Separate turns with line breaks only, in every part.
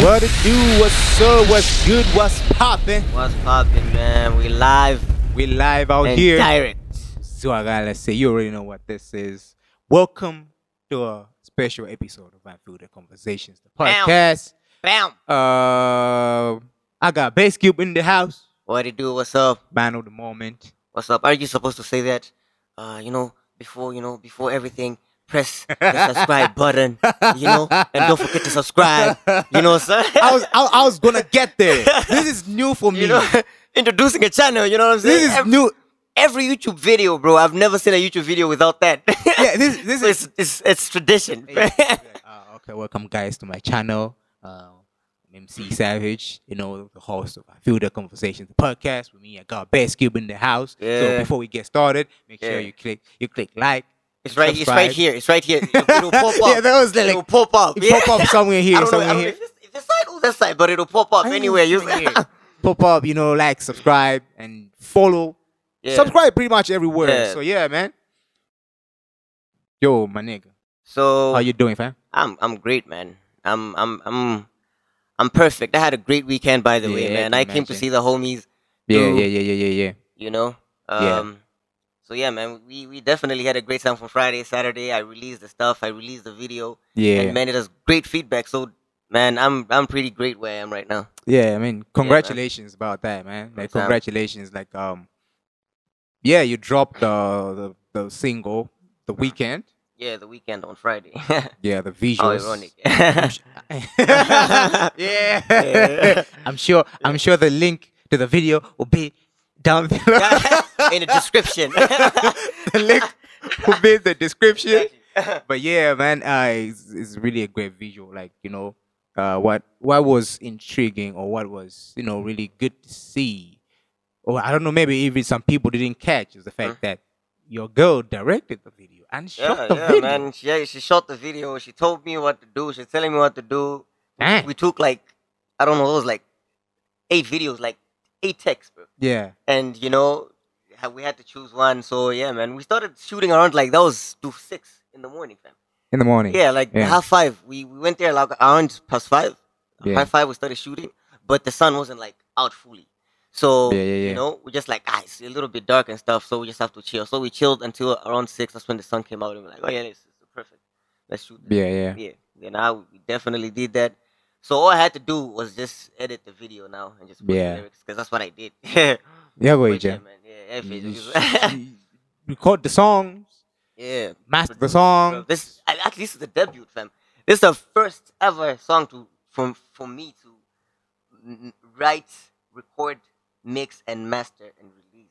What it do? What's up? What's good? What's poppin'?
What's poppin', man? We live
We live out
and
here.
direct.
So I gotta say, you already know what this is. Welcome to a special episode of Unfiltered Conversations, the
Bam.
podcast.
Bam!
Uh, I got Bass Cube in the house.
What it do? What's up?
Man of the moment.
What's up? Are you supposed to say that? Uh, you know, before you know, before everything, press the subscribe button. You know, and don't forget to subscribe. You know, sir.
I was I, I was gonna get there. This is new for me.
you know, introducing a channel. You know what I'm saying?
this is
every,
new.
every YouTube video, bro. I've never seen a YouTube video without that.
Yeah, this this
So
is.
it's, it's it's tradition.
uh, okay, welcome guys to my channel. Uh, I'm MC Savage, you know, the host of Filter Conversations, the podcast with me. I got Best Cube in the house. So
Yeah.
before we get started, make sure
Yeah.
you click you click like.
It's right. It's
subscribe.
right here. It's right here. It'll, it'll pop up.
yeah, that was like,
it'll pop up.
it
yeah.
pop up somewhere here,
I don't know.
somewhere
I don't know
here.
if it's, if it's side or this side, but it'll pop up
I don't know
anywhere. You
somewhere here. pop up, you know, like, subscribe, and follow.
yeah.
Subscribe pretty much everywhere.
Yeah.
So yeah, man. Yo, my nigga,
So
how you doing, fam?
I'm I'm great, man. I'm I'm I'm I'm perfect. I had a great weekend, by the way,
Yeah, I
man.
can
I came to
imagine.
see the homies.
Yeah,
Yo.
yeah, yeah, yeah, yeah, yeah.
You know.
Yeah.
Um, So yeah, man. We we definitely had a great time from Friday, Saturday. I released the stuff. I released the video,
Yeah.
and man, it has great feedback. So man, I'm I'm pretty great where I am right now.
Yeah, I mean, congratulations about that, man. Like,
Thanks, man.
congratulations. Like, um, yeah, you dropped the the, the single the
Uh-huh.
weekend.
Yeah, the weekend on Friday.
Yeah, the
How
visuals.
Oh, ironic.
yeah.
Yeah.
I'm sure. I'm sure the link to the video will be down below.
In the description.
the link will be in the description. But yeah, man, uh, it's, it's really a great visual. Like you know, uh, what what was intriguing or what was you know really good to see, or I don't know, maybe even some people didn't catch is the fact that your girl directed the video and shot
Mm. yeah,
the
yeah,
video.
man. She, yeah, she shot the video. She told me what to do. She's telling me what to do. We-
Dang.
We took like, I don't know, it was like eight videos, like eight texts, bro.
Yeah,
And you know, ha- we had to choose one. So yeah, man, we started shooting around like that was to six in the morning, fam.
in the morning.
Yeah, like
Yeah.
half five. We we went there like around past five.
Yeah.
Half five we started shooting, but the sun wasn't like out fully. So
Yeah, yeah, yeah.
you know, we just like ah, it's a little bit dark and stuff, so we just have to chill. So we chilled until around six. That's when the sun came out, and we're like, oh yeah, this is perfect. Let's shoot. This.
yeah, yeah.
Yeah. Then I we definitely did that. So all I had to do was just edit the video now and just put
Yeah.
the lyrics because that's what I did. yeah,
Yeah, go AJ.
man. Yeah, yeah,
You-
yeah,
you- Record the songs,
yeah.
master the
Produce,
song.
Bro, this at at least the debut, fam. This is the first ever song to from for me to n- write, record, mix, and master and release.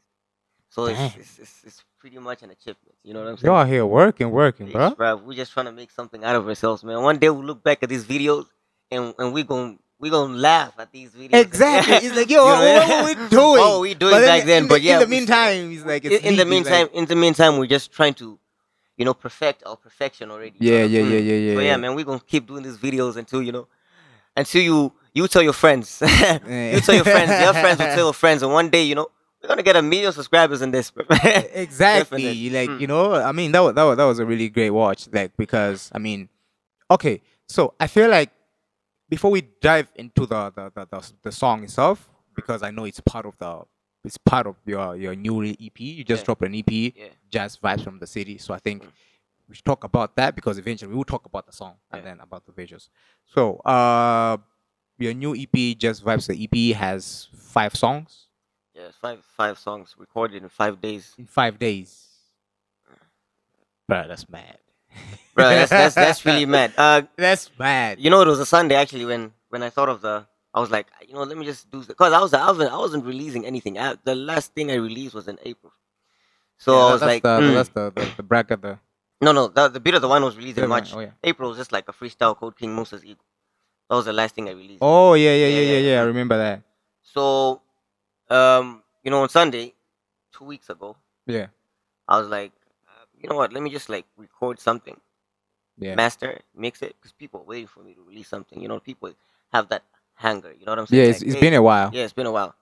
So it's,
Damn.
it's, it's it's pretty much an achievement. You know what I'm
You
saying?
are here working, working,
Yes,
bro.
bruh, We're just trying to make something out of ourselves, man. One day we'll look back at these videos and and we gon' we gonna laugh at these videos.
Exactly. It's like, yo,
You know
what,
what I
what were we
mean?
doing?
What were we doing
then
back then?
in
But
the,
yeah,
in the
we-
meantime, it's like it's
in, in the
leaky, like-
meantime, in the meantime, we're just trying to, you know, perfect our perfection already. you know
yeah,
what I'm
yeah,
saying?
yeah, yeah, yeah.
So yeah, man, we're gonna keep doing these videos until you know, until you you tell your friends,
Eh.
you tell your friends, your friends will tell your friends, and one day you know we're gonna get a million subscribers in this.
Exactly.
Definitely.
Like
Mm.
you know, I mean that was, that was that was a really great watch. Like because I mean, okay, so I feel like before we dive into the the, the, the, the song itself, because I know it's part of the it's part of your your new EP. You just
Yeah.
dropped an E EP,
Yeah.
Jazz Vibes from the City. So I think
Mm.
we should talk about that because eventually we will talk about the song and
Yeah.
then about the visuals. So uh, your new EP, Jazz Vibes, the EP has five songs
yeah, five five songs recorded in five days.
in five days. Bro, that's mad.
Bro, that's that's, that's really mad. Uh,
That's mad.
you know, it was a Sunday actually when when I thought of the. I was like, you know, let me just do because I was I wasn't, I wasn't releasing anything. I, the last thing I released was in April, so
Yeah,
I was
that's
like,
the,
"Mm."
that's the, the, the bracket. The,
no, no, the, the beat of the one was released in March.
Oh yeah.
April was just like a freestyle called King Moses Eagle. That was the last thing I released.
Oh yeah, yeah, yeah,
Yeah,
yeah,
yeah.
yeah. I remember that.
So, um, you know, on Sunday, two weeks ago,
Yeah,
I was like, uh, you know what? Let me just like record something,
yeah,
master, it, mix it, because people are waiting for me to release something. You know, people have that hunger. You know what I'm
yeah.
saying?
It's,
Like,
it's
hey,
been a while.
yeah, it's been a while.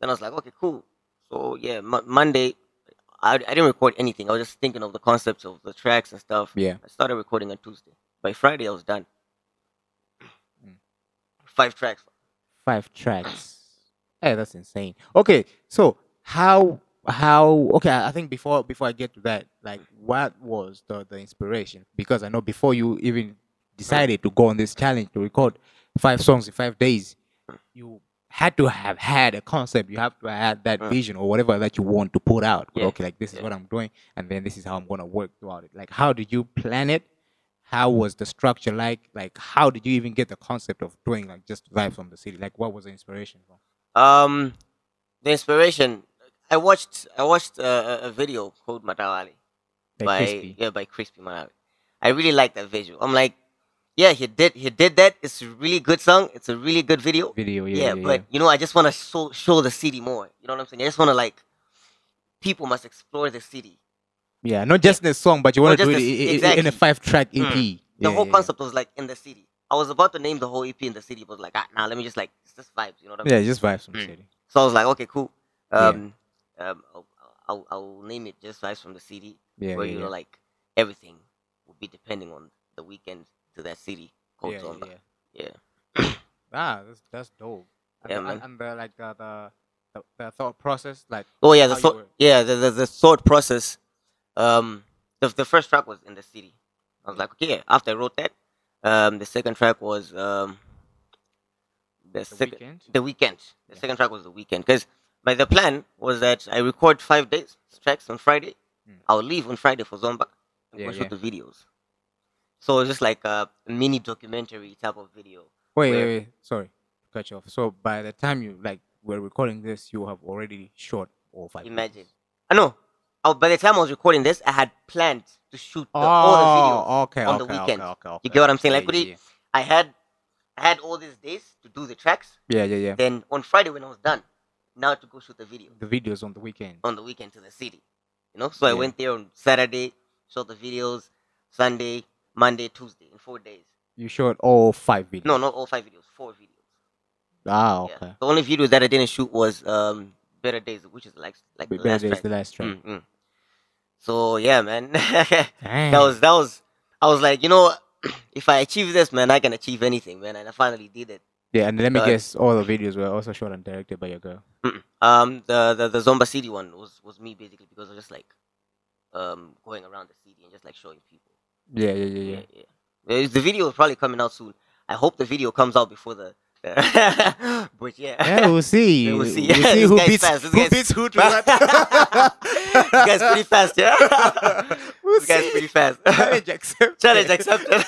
Then I was like, okay, cool. So yeah, Mon Monday, I, I didn't record anything. I was just thinking of the concepts of the tracks and stuff.
Yeah.
I started recording on Tuesday. By Friday, I was done.
Mm.
five tracks.
five tracks. Hey, that's insane. Okay, so how how okay? I I think before before I get to that, like, what was the the inspiration? Because I know before you even decided to go on this challenge to record five songs in five days, you had to have had a concept. You have to have had that
Mm.
vision or whatever that you want to put out.
Yeah.
Okay, like this is
Yeah.
what I'm doing, and then this is how I'm gonna work throughout it. Like, how did you plan it? how was the structure like? Like, how did you even get the concept of doing like just vibe from the city? Like, what was the inspiration from?
Um, the inspiration. I watched I watched uh, a, a video called Matawali
Like,
by
crispy.
yeah by Crispy Matawali. I really like that visual. I'm like, yeah, he did he did that. It's a really good song. It's a really good video.
video, yeah,
yeah,
yeah,
but you know, I just want to show, show the city more. You know what I'm saying? I just want to like people must explore the city.
yeah. Yeah, not just in a song, but you
Not
want to do
just
it
this-
i- i- in
exactly.
a five-track EP.
The
Yeah,
whole
yeah,
concept was like in the city. I was about to name the whole EP in the city, but like, ah, nah, let me just like it's just vibes. You know what I'm
Yeah, yeah just vibes from the
Mm.
city.
So I was like, okay, cool.
Yeah.
Um, um, I'll, I'll, I'll name it just vibes from the city,
Yeah,
where
yeah,
you know,
yeah.
like everything will be depending on the weekend to that city. called
yeah,
Zonda.
yeah, yeah.
yeah.
Ah, that's that's dope. And
Yeah,
the-
man.
and, and the like the the, the the thought process, like
Oh
How
yeah, the
you
thought,
were-
yeah, the, the the thought process. Um, the the first track was in the city. I was like, okay. yeah. After I wrote that, um, the second track was um, the,
the
second
weekend.
the weekend. The
Yeah.
second track was the weekend because my the plan was that I record five days tracks on Friday.
Mm.
I'll leave on Friday for Zomba and
Yeah,
go shoot
yeah.
the videos. So it's just like a mini documentary type of video.
Wait, wait,
where-
wait. Sorry, to cut you off. So by the time you like were recording this, you have already shot all five. videos.
Imagine. I know. Oh, by the time I was recording this, I had planned to shoot the,
Oh,
all the videos.
okay,
on the
okay,
weekend.
Okay, okay, okay.
You get what I'm saying?
Yeah,
Like, what do
yeah,
you- I had I had all these days to do the tracks.
Yeah, yeah, yeah.
Then on Friday when I was done, now to go shoot the video
The videos on the weekend.
on the weekend to the city. You know? So I
Yeah.
went there on Saturday, shot the videos, Sunday, Monday, Tuesday, in four days.
You shot all five videos.
No, not all five videos, four videos.
Ah,
Yeah.
okay.
The only video that I didn't shoot was um Better Days, which is like like
But
the last
that is
track.
the last track.
Mm, mm. So yeah, man. that
Dang.
was that was I was like, you know, if I achieve this, man, I can achieve anything, man. And I finally did it.
yeah, and let me
uh,
guess, all the videos were also shot and directed by your girl.
Um, the, the the Zomba City one was was me basically because I was just like, um, going around the city and just like showing people.
Yeah, yeah, yeah, yeah.
yeah. Uh, The video is probably coming out soon. I hope the video comes out before the. the but yeah.
Yeah, we'll see.
We'll see.
We'll see
This
who
guy's
beats
fast. This
who
guy's-
beats who to
This guy's pretty fast, yeah.
We'll
this guy's
see.
pretty fast.
Challenge accepted.
Challenge accepted.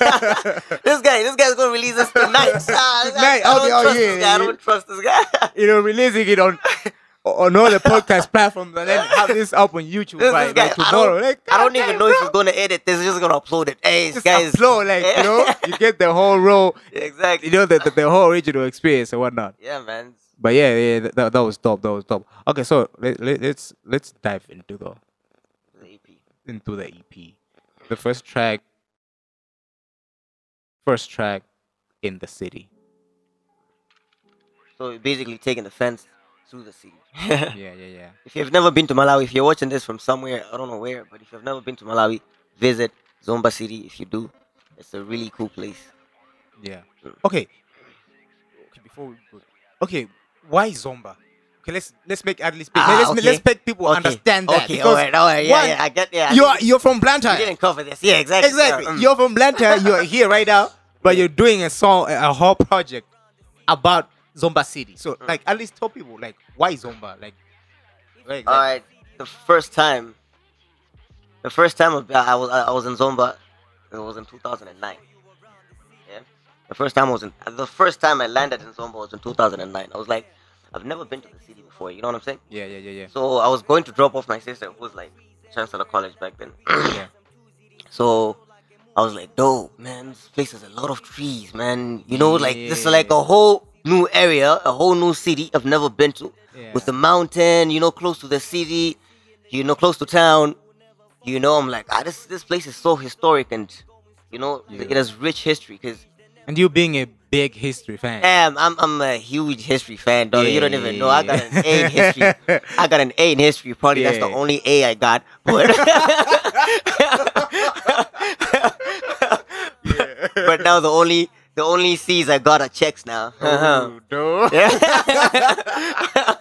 this guy, this guy's gonna release this tonight. Ah, I-
Tonight,
I,
I'll
don't
be- oh,
trust
yeah,
this guy. I
yeah.
don't trust this guy.
you know, releasing it on on all the podcast platforms and then have this up on YouTube
This-
by
this guy,
like,
I don't-
tomorrow. like,
I don't
God
even
damn,
know if
bro.
he's gonna edit this. He's just gonna upload it. Hey, this
just
guy is
upload, like you know, you get the whole row,
exactly.
you know, the, the, the whole original experience and whatnot.
yeah, man.
But yeah, yeah, that, that, that was top, that was top. Okay, so let, let, let's let's dive into the
The EP.
into the EP. The first track, first track, in the city.
So you're basically taking the fence through the city.
Yeah, yeah, yeah.
if you've never been to Malawi, if you're watching this from somewhere, I don't know where, but if you've never been to Malawi, visit Zomba City if you do. It's a really cool place.
Yeah.
Mm.
Okay. Okay. Before we go. Okay. Why Zomba? Okay. Let's let's make at least
Ah,
let's,
okay.
let's make people
Okay,
understand that
Okay,
because
all right, all right. Yeah,
one,
yeah, I get yeah. I
you
get
are you're from
it. you
Blantyre.
didn't cover this. Yeah, exactly.
Exactly.
Yeah, mm.
You're from Blantyre. You're here right now, but you're doing a song, a a whole project about Zomba City. So,
Mm.
like, at least tell people, like, why Zomba? Like, where exactly?
All right. The first time, the first time of- I was I was in Zomba, it was in 2009. Yeah. The first time I was in the first time I landed in Zomba was in 2009. I was like, I've never been to the city before. You know what I'm saying?
Yeah, yeah, yeah,
So I was going to drop off my sister, who was like chancellor college back then.
yeah. yeah.
so I was like, dope, man. This place has a lot of trees, man. You know, like this is like a whole new area, a whole new city I've never been to
yeah.
with the mountain, you know, close to the city, you know, close to town. You know, I'm like, ah, this this place is so historic and, you know,
Yeah.
it has rich history. Cause
and you being a big history fan.
damn, I'm I'm a huge history fan, dog. You don't even know. I got an A in
Yeah.
history. I got an A in history. Probably that's the
Yeah.
only A I got. But
Yeah.
but now the only The only C's I got are checks now.
Oh, no.
Uh-huh. Yeah.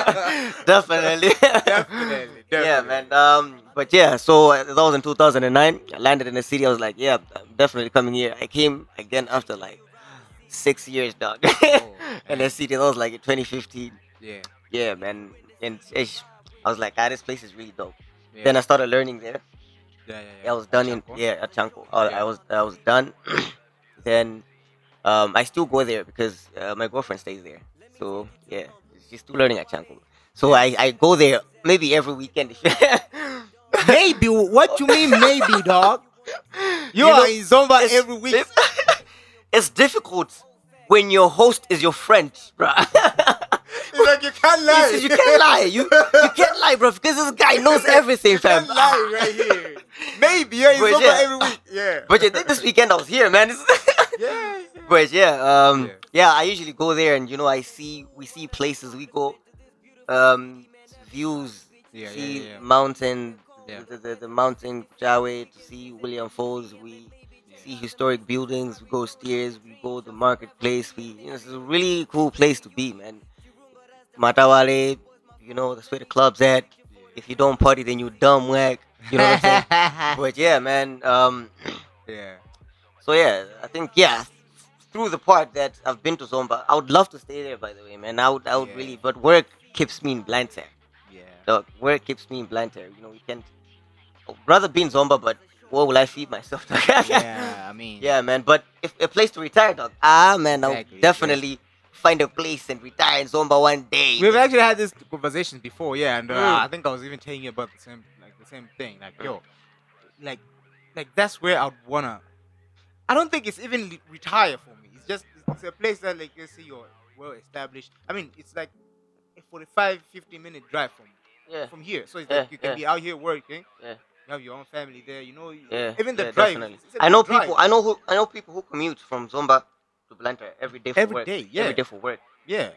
definitely.
Definitely,
Yeah,
definitely.
man. Um, but yeah, so uh, that was in 2009. I landed in the city. I was like, yeah, I'm definitely coming here. I came again after like six years, dog.
Oh.
in the city, that was like in 2015.
Yeah.
Yeah, man. And ish, I was like, ah, this place is really dope.
Yeah.
Then I started learning there.
yeah, yeah,
I was done in
Achanko?
yeah, at Chanco. I,
Yeah.
I was I was done. then um, I still go there because uh, my girlfriend stays there. So yeah, she's still learning at Chanco. So I, I go there maybe every weekend.
maybe. What you mean, maybe, dog? You,
You
are
know,
in Zomba
it's-
every week.
It's, it's difficult when your host is your friend, bruh.
It's like you can't
He says, you can't lie. You, you can't lie, bro, because this guy knows everything, fam.
can't lie right here. Maybe you're in
But
Zomba
yeah.
every week. Yeah.
But yeah, thi- this weekend I was here, man.
yeah. yeah.
but yeah, um,
Yeah.
yeah, I usually go there, and you know, I see we see places we go, um, views,
Yeah, yeah,
see
yeah, yeah.
mountain,
Yeah.
the, the the mountain Jawe to see William Falls. We see historic buildings. We go stairs. We go the marketplace. We you know, it's a really cool place to be, man. Matawale, you know, that's where the club's at. If you don't party, then you dumb whack. You know what I'm saying? but yeah, man. Um,
Yeah.
so yeah, I think yeah, through the part that I've been to Zomba, I would love to stay there. By the way, man, I would, I would
Yeah.
really, but work keeps me in Blantyre.
Yeah.
Dog, work keeps me in Blantyre. You know, we can't. I'd rather be in Zomba, but what will I feed myself? dog?
Yeah. I mean.
Yeah, man. But if a place to retire, dog. Ah, man, I'll
Exactly, yeah.
definitely find a place and retire in Zomba one day.
We've actually had this conversation before, yeah, and uh,
Mm.
I think I was even telling you about the same, like the same thing, like yo, like, like that's where I'd wanna. I don't think it's even li- retire for me. It's just it's a place that like you see you're well established. I mean, it's like a 45, 50 minute drive from
yeah,
from here, so it's
Yeah,
like you can
yeah.
be out here working.
Yeah.
You have your own family there, you know. you-
yeah.
Even the
yeah,
drive.
definitely.
it's a
I know
good drive.
people. I know who. I know people who commute from Zomba to Blantyre every day for
Every
work.
day, yeah.
Every day for work.
Yeah.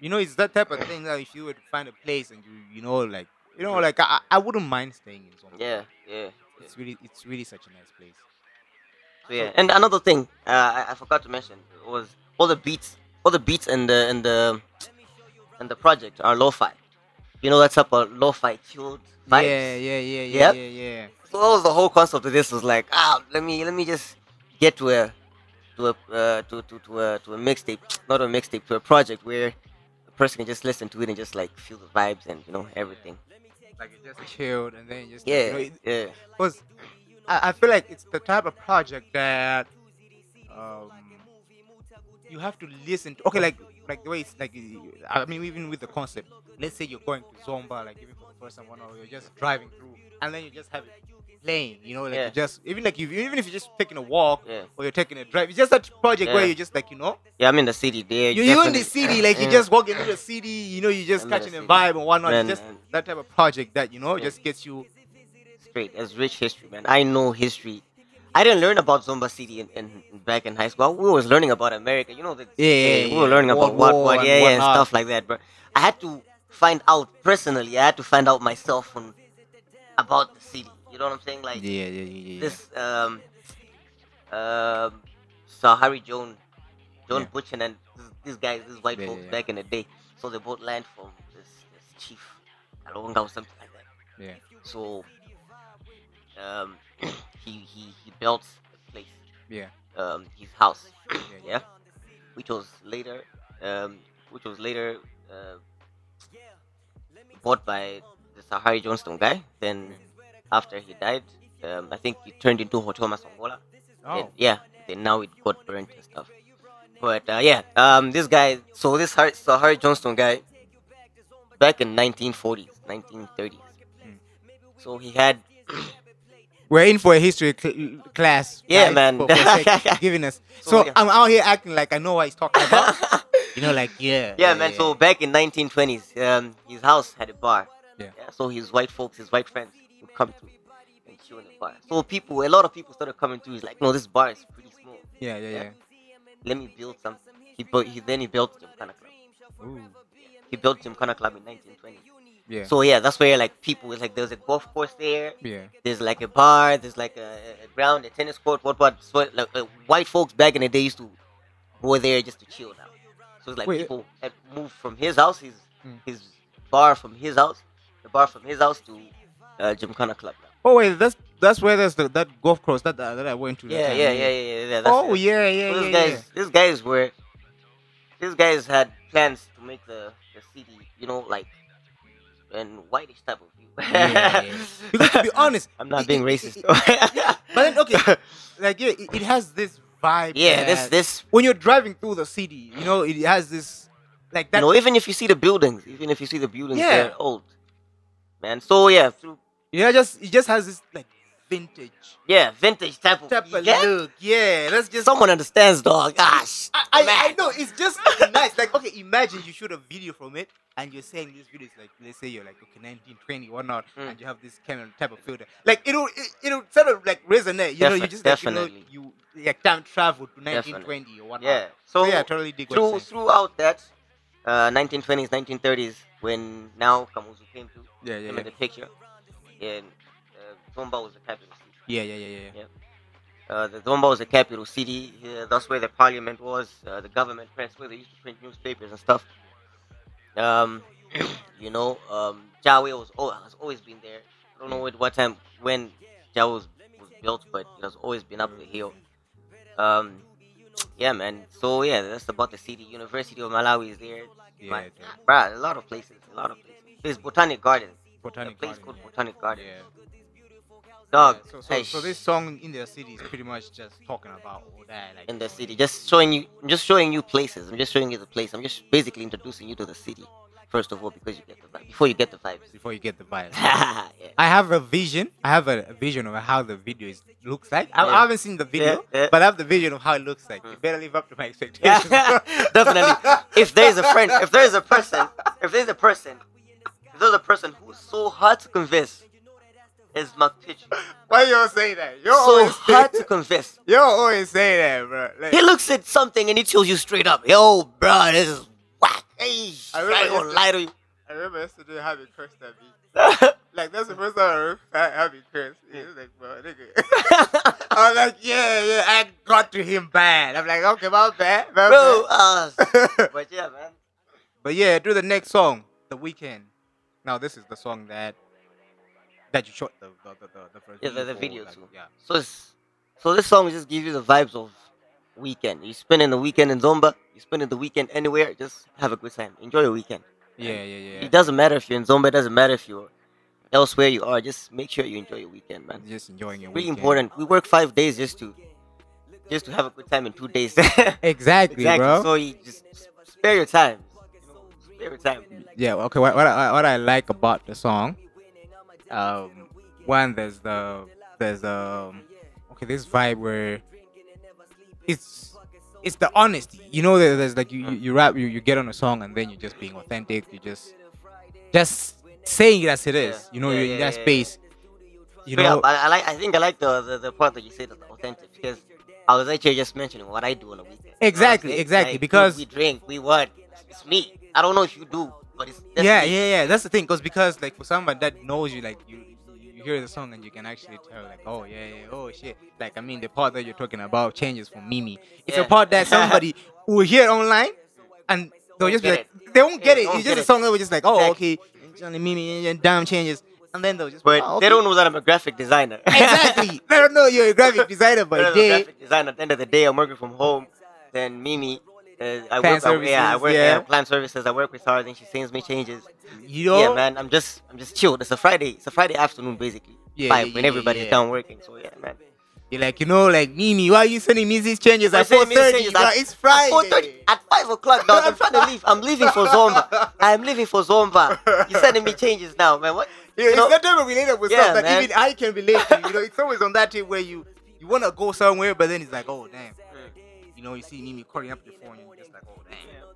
You know, it's that type of thing that if you were to find a place and you, you know, like, you know,
Mm.
like I, I wouldn't mind staying in something.
Yeah, yeah.
It's really, it's really such a nice place.
So yeah, and another thing uh, I, I forgot to mention was all the beats, all the beats and the and the and the project are lo-fi. You know that's up a lo-fi chilled vibes.
Yeah, yeah, yeah, yeah,
Yep.
yeah, yeah.
So that was the whole concept of this was like ah let me let me just get to a to a uh, to to to a to a mixtape not a mixtape to a project where a person can just listen to it and just like feel the vibes and you know everything.
Like it just chilled and then just
Yeah,
Like, you know, it,
yeah,
was, I, I feel like it's the type of project that um you have to listen to. Okay, like like the way it's like you- I mean even with the concept. Let's say you're going to Zomba like even for the first time or whatnot, or you're just driving through and then you just have it playing. You know, like
Yeah.
you just even like you even if you're just taking a walk
yeah.
or you're taking a drive, it's just that project where
Yeah.
you're just like you know
Yeah, I'm in the city there.
you're, you're in the
definitely.
city, like you
Yeah.
just walking through the city, you know, you just
I'm in the
catching a
city.
vibe and whatnot.
Man,
it's just
man.
that type of project that you know
Yeah.
just gets you.
straight. It's rich history, man. I know history. I didn't learn about Zomba City in, in, in- back in high school. We was learning about America. You know, the,
Yeah, yeah,
we
yeah.
were learning
World
about what,
War
what,
and
yeah, yeah, and
whatnot.
stuff like that. But I had to find out personally. I had to find out myself on, about the city. You know what I'm saying? Like
Yeah, yeah, yeah,
this, um, um, Sahari Joan, John
Yeah.
Butchin, and th- these guys, these white
Yeah, yeah,
folks
yeah.
back in the day. So they both land from this, this chief, Kalonga or something like that.
yeah.
So um, he, he he built a place,
Yeah,
um, his house,
yeah, yeah.
yeah, which was later, um, which was later uh, bought by the Sahari Johnston guy. Then after he died, um, I think it turned into Hotel Masongola. Then-
Oh,
yeah. Then now it got burnt and stuff. But uh, yeah, um, this guy. So this Har- Sahari Johnston guy, back in 1940s, 1930s.
Mm.
So he had
we're in for a history cl- class.
Yeah,
guys,
man.
For, for sake- giving us. So,
So, yeah.
I'm out here acting like I know what he's talking about. you know, like yeah.
yeah, man. So back in 1920s, um, his house had a bar.
Yeah.
So his white folks, his white friends would come to and chill in the bar. So people, a lot of people started coming to. He's like, no, this bar is pretty small.
yeah, yeah, yeah.
Let me build something. He built. He then he built Gymkhana Club.
Ooh.
He built Gymkhana Club in 1920.
Yeah.
So yeah, that's where like people it's like there's a golf course there.
yeah.
There's like a bar. There's like a, a ground, a tennis court, what what? So, like, uh, white folks back in the day used to were there just to chill now. So it's like
Wait.
people had moved from his house, his
Mm.
his bar from his house, the bar from his house to uh, Gymkhana Club. Now.
Oh wait, that's that's where there's the, that golf course that that I went to. that
Yeah,
time,
yeah, yeah, yeah, yeah. yeah, that's
Oh
it.
yeah, yeah,
So
yeah.
these
yeah.
guys, these guys were, these guys had plans to make the, the city, you know, like, and whitish type of view.
Yeah, yeah. Because to be honest,
I'm not
it-
being
it-
racist.
it-
though.
But then, okay, like yeah, it, it has this vibe.
yeah, this
that
this
when you're driving through the city, you know, it has this like that.
you know, even if you see the buildings, even if you see the buildings,
Yeah.
they're old, man. So yeah, through,
yeah, just it just has this like vintage
yeah, vintage type of,
type
you
of
get?
look. Yeah, that's just.
Someone understands, dog. Ah, Gosh,
I, I, I
man.
know it's just nice. Like okay, imagine you shoot a video from it, and you're saying this video is like, let's say you're like okay, 19, 20, whatnot,
Mm.
and you have this Canon type of filter. Like it'll it, it'll sort of like resonate. You know, you
Defi-
just like, you know
definitely.
you like time travel to 1920 or whatnot.
Yeah.
So
So
yeah, I totally dig what
through
you're saying.
throughout that, uh, 1920s, 1930s, when now Kamuzu came to
Yeah,
him
yeah,
in the picture, and uh, Zomba was the capital city.
yeah, yeah, yeah, yeah, yeah.
Uh, the Zomba was the capital city. Uh, that's where the parliament was, uh, the government press, where they used to print newspapers and stuff. Um, you know, um, Jawe was al- has always been there. I don't know at what time when Jawe was, was built, but it has always been up the hill. Um, yeah, man. So yeah, that's about the city. University of Malawi is there.
Yeah,
Like,
yeah.
bruh, a lot of places, a lot of places. There's Botanic Gardens, a
Botanic
place
Garden,
called
yeah.
Botanic Garden.
Yeah.
Dog,
So, so, so
aish.
this song in the city is pretty much just talking about all that. Like,
in the city. Just showing you, I'm just showing you places. I'm just showing you the place. I'm just basically introducing you to the city first of all because you get the vibe. Before you get the vibes.
before you get the vibe.
yeah.
I have a vision. I have a a vision of how the video is, looks like. I, I
Yeah.
haven't seen the video,
Yeah, yeah.
but I have the vision of how it looks like. You
Mm.
better live up to my expectations.
Yeah, definitely. If there's a friend, if there's a person, if there's a person, if there's a person who's so hard to convince, is my pitch.
Why you all say that? You're
So
always
hard to convince.
you always say that, bro. Like,
He looks at something and he tells you straight up, "Yo, bro, this is whack. Hey,
I remember
I ain't gonna
yesterday-
lie to you."
I remember yesterday having cursed at me. Like that's the first time I remember having cursed. It was like, bro, nigga. I'm like, yeah, yeah. I got to him bad. I'm like, okay, my bad, my
Bro, uh,
bad.
but yeah, man.
But yeah, do the next song, The Weekend. Now this is the song that that you shot the the the, the, the first
Yeah, the- the
for,
video
like,
too.
Yeah.
So it's, so this song just gives you the vibes of weekend. You spending the weekend in Zomba, you spending the weekend anywhere, just have a good time. Enjoy your weekend.
Yeah, yeah, yeah.
It doesn't matter if you're in Zomba, it doesn't matter if you're elsewhere you are, just make sure you enjoy your weekend, man.
Just enjoying your
Really
weekend.
important. We work five days just to just to have a good time in two days.
Exactly,
exactly.
bro.
So you just spare your time. You know, Spare your time.
yeah. Okay. What what I, what I like about the song, um, one there's the there's um okay this vibe where it's it's the honesty. You know, there- there's like you
Mm.
you, you rap you, you get on a song and then you're just being authentic. You just just saying it as it is.
Yeah.
You know,
Yeah,
you're in
yeah,
that
yeah, yeah.
space. You
Straight
know,
up, I, I like. I think I like the, the, the part that you said is authentic because I was actually just mentioning what I do on a weekend.
Exactly,
Like,
exactly,
like,
because-
we drink, we what? It's me. I don't know if you do, but it's that's
yeah,
me.
yeah, yeah. That's the thing, cause because like for someone that knows you, like you, you hear the song and you can actually tell, like, oh yeah, yeah, oh shit. Like I mean, the part that you're talking about changes from Mimi. It's a
Yeah.
part that somebody will hear online, and they'll just be like,
Get
they won't get
Yeah,
it.
won't
It's
get
just a
it.
song that was just like, oh okay,
Exactly.
Johnny Mimi and damn changes, and then they'll just,
But
oh,
they
okay.
don't know that I'm a graphic designer.
exactly. I don't know you're a graphic designer,
They're
but
the
they
graphic designer. At the end of the day, I'm working from home. Then Mimi, uh, I
Client
work. I- yeah, I
services,
work.
yeah.
Yeah, client services. I work with her. Then she sends me changes.
you know,
Yeah, man. I'm just, I'm just chilled. It's a Friday. It's a Friday afternoon, basically.
Yeah,
Five,
yeah,
when
yeah,
everybody's
yeah.
down working. So yeah, man.
You're like, you know, like Mimi, why are you sending me these changes
I'm
at 4:30?
sending me these changes
bro?
at-
It's Friday.
At 4:30 at 5 o'clock, dog. I'm trying to leave. I'm leaving for Zomba. I'm leaving for Zomba. You're sending me changes now, man. What?
Yeah,
You
it's
know-
that type of relatable
Yeah,
stuff that
man.
even I can relate to. You know, it's always on that tip where you you want to go somewhere, but then it's like, oh damn. You know, you see Mimi calling up your phone, and you're just like, oh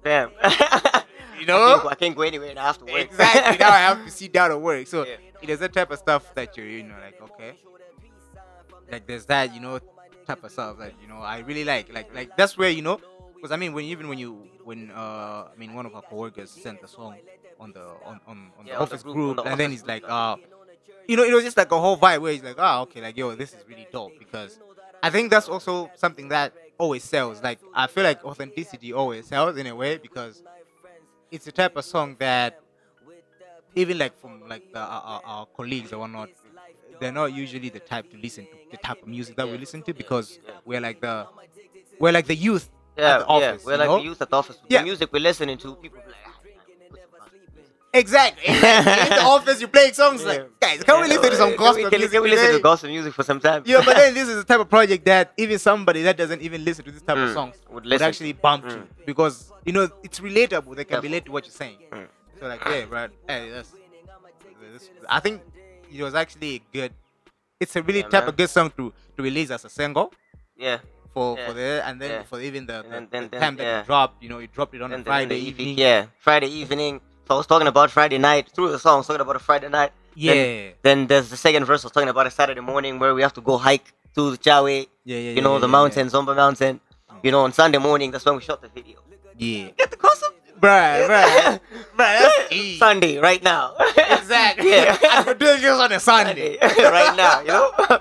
damn.
Damn.
You
I can't, go,
know?
I can't go anywhere now after work.
exactly. Now I have to sit down and work. So
Yeah.
it is that type of stuff that you're, you know, like okay, like there's that, you know, type of stuff that you know I really like. Like like that's where you know, because I mean, when even when you when uh I mean one of our coworkers sent the song on the on on, on
Yeah,
the
on the
office
group, on
group,
the
and then
office
it's
group,
like, uh, you know, it was just like a whole vibe where it's like, ah, okay, like yo, this is really dope because I think that's also something that always sells. Like I feel like authenticity always sells in a way because it's the type of song that even like from like the, our, our, our colleagues or whatnot, they're not usually the type to listen to the type of music that we
Yeah.
listen to
Yeah.
because
Yeah.
we're like the we're like the youth
Yeah,
at the office.
yeah. We're
you
like
know?
the youth at the office.
Yeah.
The music we're listening to, people be like, "Ah,
Exactly. in the office, you play songs
Yeah.
like, guys, can we
yeah,
listen to some
can
gospel
we- can, we-
music?
Can we listen to
today?"
gospel music for some time?
Yeah, but then this is the type of project that even somebody that doesn't even listen to this type of
Mm,
songs
would
would,
listen to.
actually bump to
Mm.
because you know it's relatable. They can
Yeah.
relate to what you're saying.
Mm.
So like, yeah, right. Hey, that's, this, I think it was actually a good. It's a really
Yeah,
type
man.
of good song to, to release as a single
yeah.
for
Yeah.
for the and then
Yeah.
for even the, the,
And then- then-
the
then-
time that
yeah.
you dropped. You know, you dropped it on a
And then
Friday
the evening-
evening.
Yeah, Friday evening. So I was talking about Friday night through the song. I was talking about a Friday night.
Yeah.
Then, then there's the second verse. I was talking about a Saturday morning where we have to go hike through the Chawe.
Yeah, yeah,
You
yeah,
know
yeah,
the
yeah,
mountain, Zomba Mountain. You know on Sunday morning. That's when we shot the video.
Yeah.
Get the concept.
Bruh, bruh, bruh, that's deep.
Sunday, right now.
Exactly.
Yeah.
And we're doing this on a Sunday.
right now, you know.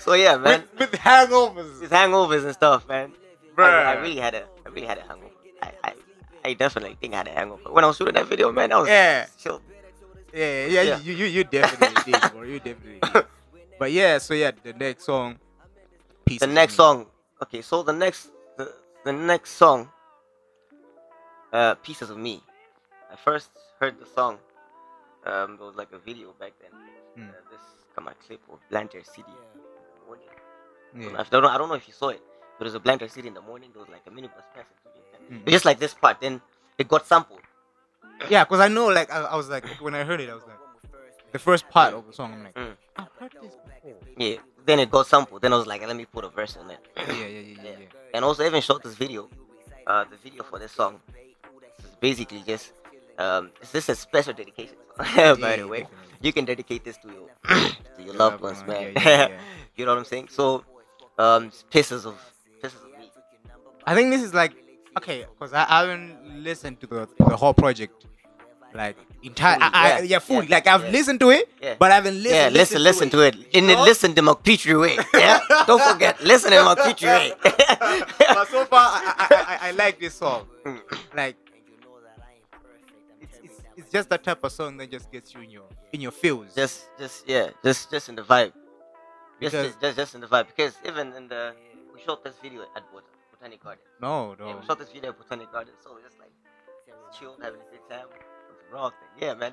so yeah, man.
with, with hangovers.
These hangovers and stuff, man. I, I
Bruh.
really had a, I really had a hangover. I, I, I definitely think I had a hangover when I was shooting that video, man. I was
Yeah.
chill.
Yeah, yeah,
Yeah.
You, you, you definitely did, bro. You definitely did. But yeah, so yeah, the next song. Peace
The
is
next
Me.
song, okay. So the next, the, the next song, uh, pieces of me. I first heard the song. Um, there was like a video back then.
Hmm.
Uh, this come a clip of Blanter City. Morning.
Yeah.
I don't know. I don't know if you saw it, but it was a Blanter City in the morning. There was like a minibus passing through. the entire-
Mhm.
Just like this part, then it got sampled.
Yeah, because I know, like, I, I was like, when I heard it, I was like, the first part of the song, I'm like,
Mm.
I've heard this before.
Yeah. Then it got sampled. Then I was like, let me put a verse on it.
Yeah, yeah, yeah, yeah. yeah.
And also, I even shot this video. Uh, the video for this song is basically just um, is this a special dedication? By the way,
definitely.
you can dedicate this to your to your loved
loved
ones,
one,
man.
yeah, yeah, yeah.
you know what I'm saying? So, um, it's pieces of pieces of me.
I think this is like, okay, because I, I haven't listened to the, the whole project. Like entire,
Fully,
I, I,
yeah,
yeah, fully.
yeah,
Like I've
yeah.
listened to it,
Yeah.
but I haven't listened.
yeah, listen, listen to it. In
You
the
know?
listen to McPeachy way. Yeah, don't forget, listen to McPeachy way.
but so far, I, I, I, I like this song. Like, it's, it's, it's just that type of song that just gets you in your in your feels.
just, just yeah, just, just in the vibe. Just,
Because-
just, just, just in the vibe. Because even in the we shot this video at Bot- Botanic Garden.
no,
Yeah,
no.
we shot this video at Botanic Garden, so we're just like chilled, having a good time. It was a raw thing. Yeah, man.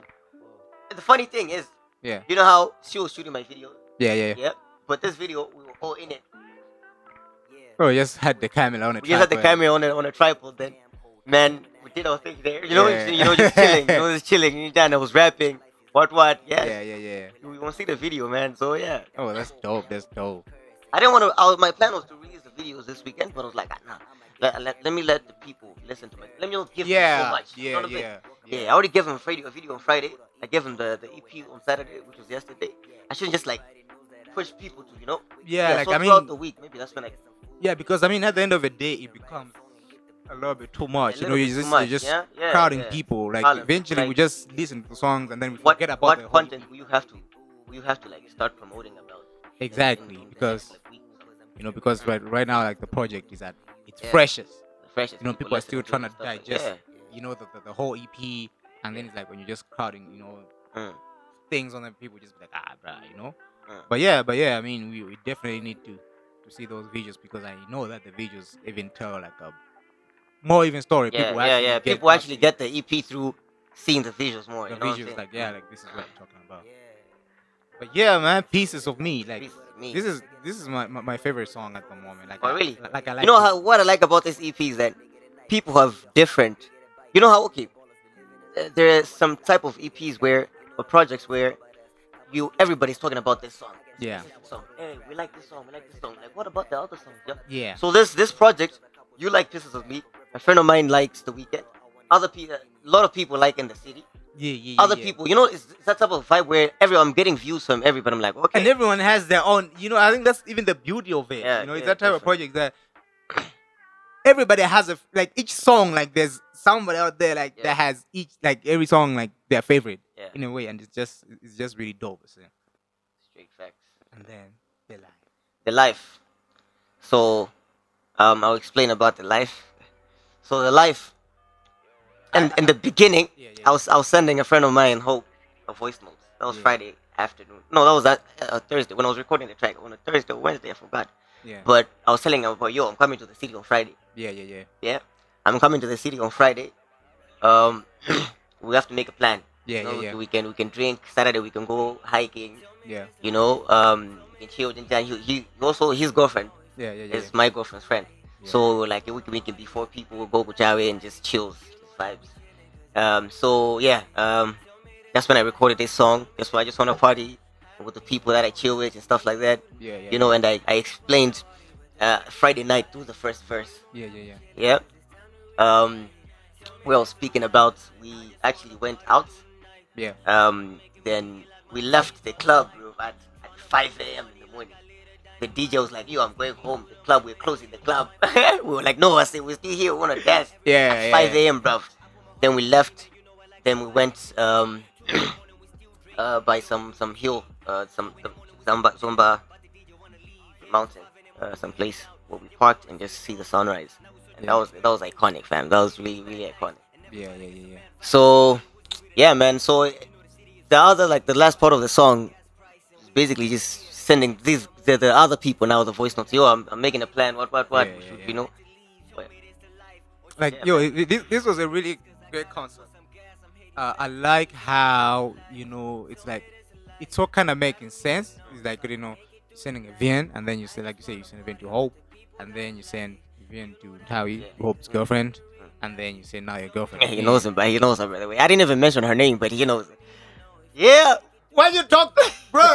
And the funny thing is,
Yeah,
you know how she was shooting my video.
yeah, yeah. yeah.
Yeah. But this video, we were all in it.
Bro, just had the camera on it.
We just had the camera on a, on a tripod then. Man, we did our thing there. You know,
Yeah.
you know, just chilling. You know, just chilling. You done. I was rapping. What, what? Yeah.
Yeah, yeah, yeah.
We won't see the video, man. So yeah.
Oh, that's dope. That's dope.
I didn't want to. I was, my plan was to release the videos this weekend, but I was like, ah, nah. Let, let, let me let the people listen to me. Let me not give them so
Yeah,
much. you know
yeah,
what I'm saying?
yeah,
Yeah,
yeah.
I already gave him a video, a video on Friday. I gave him the, the EP on Saturday, which was yesterday. I shouldn't just like push people to, you know?
Yeah, like
so
I
throughout
mean,
the week, maybe that's when I.
yeah, because I mean, at the end of the day, it becomes a little bit too
A
much. Oh, You know,
little
you
bit
just
too much,
you just
yeah, yeah,
crowding
yeah.
people. Like
Crowding,
eventually, we
like-
just listen to the songs and then we
What,
forget about
what
the whole
content will you have to, will you have to like start promoting about?
exactly
in the
because
next, like, week or something?
you know because right right now like the project is at its
Yeah.
freshest.
The Mm. freshest
You know, people are
listen
still
to
trying
and
to
stuff like-
digest.
yeah.
You know the, the, the whole EP, and then it's like when you're just crowding, you know,
Mm.
things on them, people just be like ah, bruh, you know.
Mm.
But yeah, but yeah, I mean, we, we definitely need to to see those visuals because I know that the visuals even tell like a more even story.
yeah,
people
yeah,
actually
yeah.
get
people
what
actually get the EP through seeing the visuals more.
the
you know what I'm
visuals,
saying?
like yeah, like this is what I'm talking about. But yeah, man, pieces of me, like
Pieces of Me.
this is this is my, my, my favorite song at the moment. Like,
Oh,
I-
really?
Like, I like
you know
it.
how, what I like about this EP is that people have different. You know how okay, uh, there are some type of EPs where or projects where you everybody's talking about this song.
Yeah.
Song. Hey, we like this song. We like this song. Like, what about the other song? Yep.
Yeah.
So this this project, you like pieces of me. A friend of mine likes the weekend. Other people, a lot of people like in the city.
yeah, yeah, yeah,
Other
yeah.
people, you know, it's, it's that type of vibe where every I'm getting views from everybody. I'm like, okay,
and everyone has their own. You know, I think that's even the beauty of it.
Yeah,
you know, it's
yeah,
that type of
definitely.
project that everybody has a f- like each song like there's somebody out there like
Yeah.
that has each like every song like their favorite
Yeah.
in a way, and it's just it's just really dope. So.
Straight facts.
And then the line.
the life. So, um, I'll explain about the life. So the life, and in the beginning,
Yeah, yeah.
I was I was sending a friend of mine hope a voice note. That was
Yeah.
Friday afternoon. No, that was that uh, Thursday when I was recording the track on a Thursday or Wednesday. I forgot.
Yeah.
But I was telling him about yo, I'm coming to the city on Friday.
yeah, yeah, yeah,
Yeah, I'm coming to the city on Friday. Um, we have to make a plan.
Yeah,
You know,
yeah, yeah.
We can we can drink Saturday. We can go hiking.
yeah,
You know, um, we can chill. Jinjang. He, he also his girlfriend
yeah, yeah, yeah.
is my girlfriend's friend.
Yeah.
So we were like we can we can be four people, we'll go Kujawe and just chills, just vibes. Um so yeah, um that's when I recorded this song. That's why I just wanna party with the people that I chill with and stuff like that.
yeah, yeah,
You know, and I, I explained uh Friday night through the first verse.
yeah, yeah, yeah,
Yeah. Um we were speaking about we actually went out,
yeah.
um then we left the club bro, at, at five AM in the morning the DJ was like, "Yo, I'm going home. The club, we're closing the club." we were like, "No, I said we're still here. We wanna dance."
Yeah,
At
yeah,
5
yeah.
a.m., bruv. Then we left. Then we went um, uh, by some some hill, uh, some some Zamba Zumba mountain, uh, some place where we parked and just see the sunrise. And
Yeah.
that was that was iconic, fam. That was really really iconic.
Yeah, yeah, yeah, yeah.
So, yeah, man. So the other, like the last part of the song, is basically just sending these the, the other people now the voice notes. Yo, I'm, I'm making a plan. What, what, what?
Yeah,
we
yeah,
should,
yeah.
You know. But,
Like yo,
Yeah,
i- i- this this was a really great concert. Uh, I like how you know it's like it's all kind of making sense. It's like you know you're sending a VN and then you say like you say you send a VN to Hope and then you send VN to Tawi,
Yeah.
Hope's girlfriend, and then you say now your girlfriend.
he knows him, but he knows her by the way. I didn't even mention her name, but he knows. It. Yeah.
Why you talk, bro?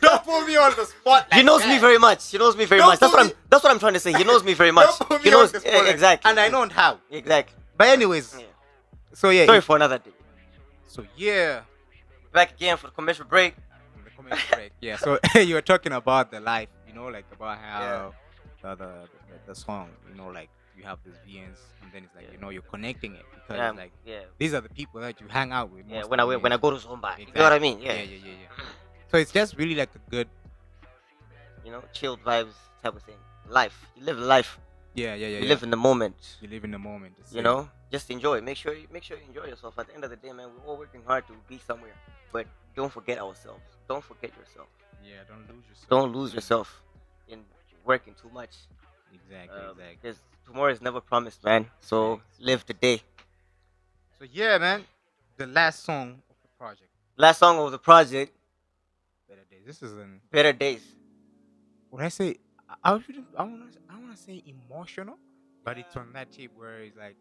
Don't put me on the spot.
He
like
knows
that.
me very much. He knows me very
Don't
much. That's
put
what I'm.
me-
That's what I'm trying to say. He knows me very much.
Don't put
he
me on
knows
the spot
yeah,
like-
exactly.
And I know how.
exactly.
But anyways,
Yeah.
so yeah,
Sorry
it-
for another day.
so yeah.
Back again for the commercial break.
from the commercial break. Yeah. So you were talking about the life, you know, like about how the, the, the the song, you know, like you have these VNs, and then it's like
Yeah.
you know you're connecting it because
Yeah,
it's like
Um, yeah.
these are the people that you hang out with.
Yeah,
most
when I
of the
when I
days.
go to Zumba, you
Exactly.
know what I mean? Yeah,
yeah, yeah, yeah, yeah. So it's just really like a good.
you know, chilled vibes type of thing. Life, you live life,
Yeah, yeah, yeah.
you
yeah.
live in the moment.
You live in the moment. It's
You
like-
know, just enjoy. Make sure you make sure you enjoy yourself. At the end of the day, man, we're all working hard to be somewhere, but don't forget ourselves. Don't forget yourself.
Yeah. Don't lose yourself.
Don't lose yourself in working too much.
Exactly.
Um,
exactly.
Because tomorrow is never promised, man. So live today.
So yeah, man. The last song of the project.
Last song of the project,
Better days. This is an.
Better Days.
What I say? I I shouldn't. I want to. I want to say emotional, but it's on that tip where it's like.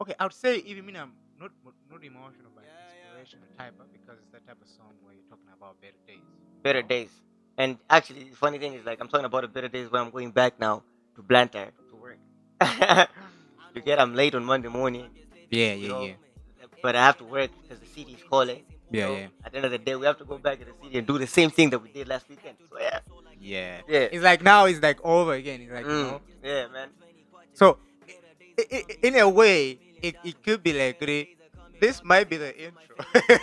Okay, I would say even mean I'm not not emotional, but inspirational type of because it's that type of song where you're talking about better days.
better days. And actually, the funny thing is, like, I'm talking about the better days when I'm going back now to Blantyre to work. you get, I'm late on Monday morning.
Yeah,
you know, But I have to work because the city is calling. you
Yeah,
know.
yeah.
At the end of the day, we have to go back to the city and do the same thing that we did last weekend. So yeah,
yeah,
Yeah.
It's like now it's like over again. It's like you
Mm.
know.
yeah, man.
So, i- i- i- in a way, it, it could be like really, this might be the intro.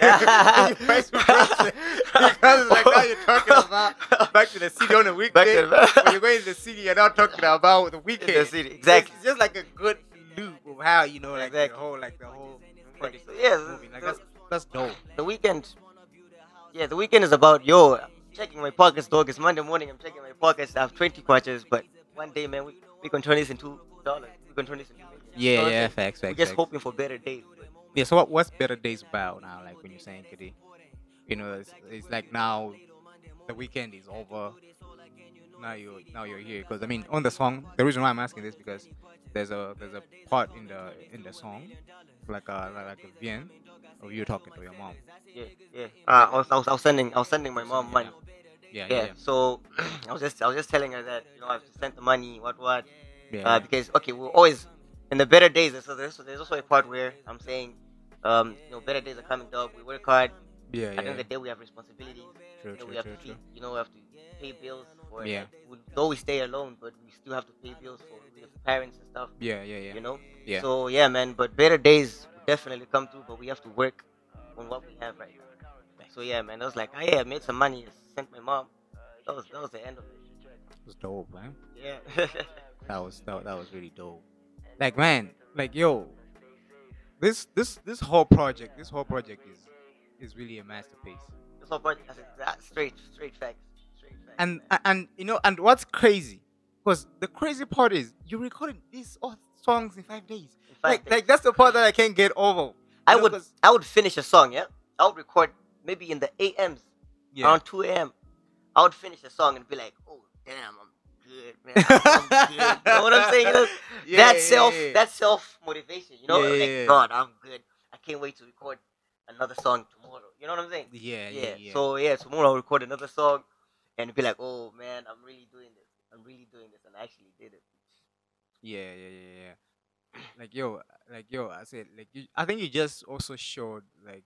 You might be right. because it's like now you're talking about back to the city on a weekday.
the-
when you're going to the city, you're not talking about the weekend.
city,
It's-
exactly.
It's just like a good loop of how you know, like
Exactly.
the whole, like the whole. project is
Yeah,
moving. Like,
the-
that's that's dope.
The weekend, yeah, the weekend is about yo checking my pockets, dog. It's Monday morning. I'm checking my pockets. I have 20 kwaches, but one day, man, we, we can turn this into dollars. We can turn this into millions. You know what I'm saying?
facts,
We're just hoping for better days.
Yeah, so what, what's Better Days about now? Like when you're saying today, you know, it's, it's like now the weekend is over. Now you now you're here because I mean on the song. The reason why I'm asking this because there's a there's a part in the in the song like a like a VN of you talking to your mom.
Yeah, yeah. Uh, I was, I was, I was sending, I was sending my mom money.
Yeah,
Yeah. So I was just, I was just telling her that you know I've sent the money, what, what.
yeah.
Uh, because okay, we're always in the better days. So there's, there's also a part where I'm saying, um, you know, better days are coming, dog. We work hard.
yeah,
At the end
yeah.
of the day, we have responsibilities.
True,
you know,
true,
we have
true,
to
true.
feed, you know, we have to pay bills for.
Yeah.
We, though we stay alone, but we still have to pay bills for we have parents and stuff.
Yeah, yeah, yeah.
You know.
Yeah.
So yeah, man. But better days will definitely come through, but we have to work on what we have right now. So yeah, man. I was like, oh, yeah, I made some money. Sent my mom. That was that was the end of it.
It was dope, man.
Yeah.
That was that, that was really dope. Like man, like yo, this this this whole project, this whole project is is really a masterpiece.
That's all part. that's- That's straight straight facts. Straight facts.
And uh,
man.
and you know, and what's crazy? Because the crazy part is you recorded these all songs in five days.
In fact,
Like like that's the part that I can't get over.
I
you know,
would
'cause-
I would finish a song, yeah. I would record maybe in the AMs
Yeah.
around 2 a.m. I would finish a song and be like, oh damn, I'm good, man. I'm good. You know what I'm saying? You know,
Yeah,
that
yeah,
self
yeah, yeah.
that self motivation. You know,
Yeah,
like
yeah, yeah.
God, I'm good. I can't wait to record another song tomorrow. You know what I'm saying?
yeah, yeah, yeah.
So yeah, tomorrow I'll record another song and be like, oh man, I'm really doing this. I'm really doing this, and I actually did it.
Yeah, yeah, yeah, yeah. Like yo, like yo, I said like you, I think you just also showed like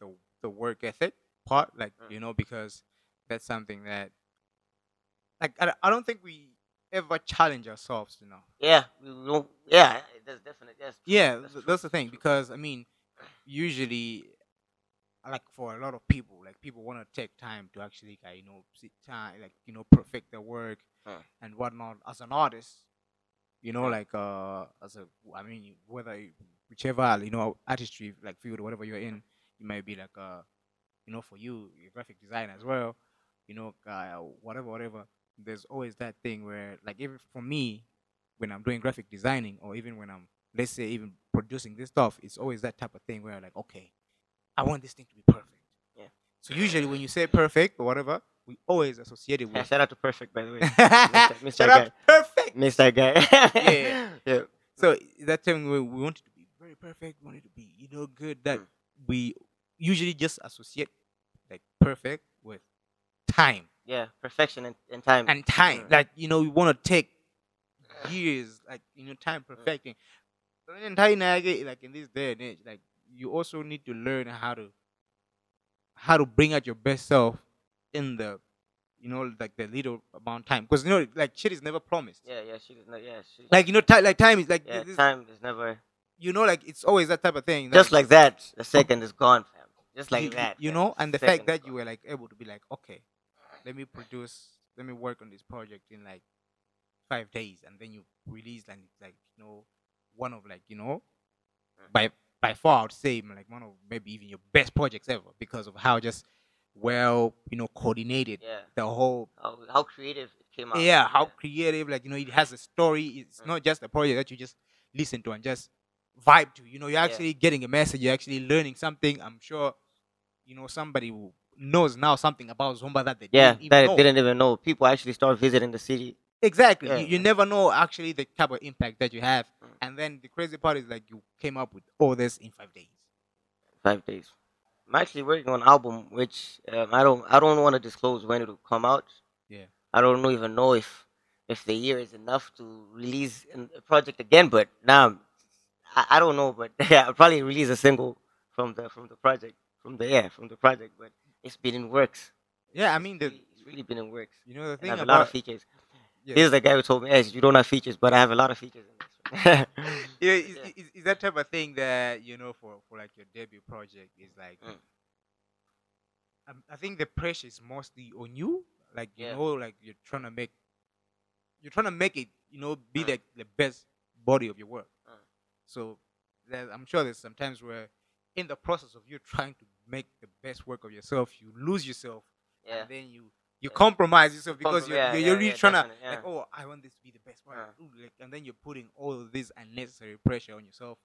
the the work ethic part, like
Mm.
you know, because that's something that like I, I don't think we ever challenge ourselves enough.
Yeah, we we don't. Yeah, that's definitely that's true,
Yeah, th-
that's,
that's,
true,
the thing
true.
because I mean, usually, like for a lot of people, like people want to take time to actually, like, you know, sit time, like you know, perfect their work
Mm.
and whatnot. As an artist, you know,
Mm.
like uh, as a, I mean, whether you- whichever you know artistry like field or whatever you're in, you might be like uh, you know, for you, your graphic design as well, you know, uh, whatever, whatever. There's always that thing where, like, even for me, when I'm doing graphic designing or even when I'm let's say even producing this stuff, it's always that type of thing where like, okay, I want this thing to be perfect.
Yeah.
So usually when you say perfect or whatever, we always associate it
Yeah,
with
shout out to Perfect, by the way. Mr.
Shut up,
Guy.
perfect.
Miss that guy.
Yeah.
yeah.
So that time we, we want it to be very perfect, we want it to be, you know, good. That
Mm.
we usually just associate like perfect with time.
Yeah, perfection and, and time.
and time.
Mm.
Like you know, you want to take years, like you know, time
Hmm.
perfecting. But then time nage, like in this day and age, like you also need to learn how to how to bring out your best self in the you know like the little amount of time because you know like shit is never promised.
yeah, yeah, she does not. Yeah, she.
Like you know, ti- like time is like
yeah,
this,
time is never.
you know, like it's always that type of thing.
Just like that, the second is gone, fam. Just like
you,
that.
you
fam.
know, and the
Second
fact that
is
you were like able to be like, okay, let me produce, let me work on this project in like five days, and then you release and it's like you know, one of like you know,
Mm.
by by far I'd say like one of maybe even your best projects ever because of how just well you know coordinated
gone. Yeah.
the whole
How, how creative it came out.
yeah how creative like you know it has a story it's
Mm.
not just a project that you just listen to and just vibe to you know you're
Yeah.
actually getting a message you're actually learning something i'm sure you know somebody who knows now something about zumba that they
Yeah,
didn't even
that I
know.
didn't even know. People actually start visiting the city.
exactly
Yeah.
you, you never know actually the type of impact that you have
Mm.
and then the crazy part is like you came up with all this in five days
five days. I'm actually working on an album, which um, I don't I don't want to disclose when it'll come out.
Yeah.
I don't know- even know if if the year is enough to release an- a project again. But now I, I don't know. But yeah, I'll probably release a single from the from the project from the yeah from the project. But it's been in works.
yeah i mean the
Really- It's really been in works.
you know the
And
thing
I have
about
a lot of features.
yeah.
This is the guy who told me, "Yes, you don't have features, but I have a lot of features." In this one.
yeah, is,
Yeah.
is, is that type of thing that you know for, for like your debut project is like
Mm.
um, i think the pressure is mostly on you like you
Yeah.
know like you're trying to make you're trying to make it you know be
Mm.
like the best body of your work
Mm.
so there, i'm sure there's sometimes where in the process of you trying to make the best work of yourself you lose yourself
yeah.
and then you you
Yeah.
compromise yourself because
Comprom-
you're,
yeah,
you're,
yeah,
you're really
yeah,
trying to
definitely, yeah. Uh.
like oh i want this to be the best one
Yeah.
Ooh, like, and then you're putting all of this unnecessary pressure on yourself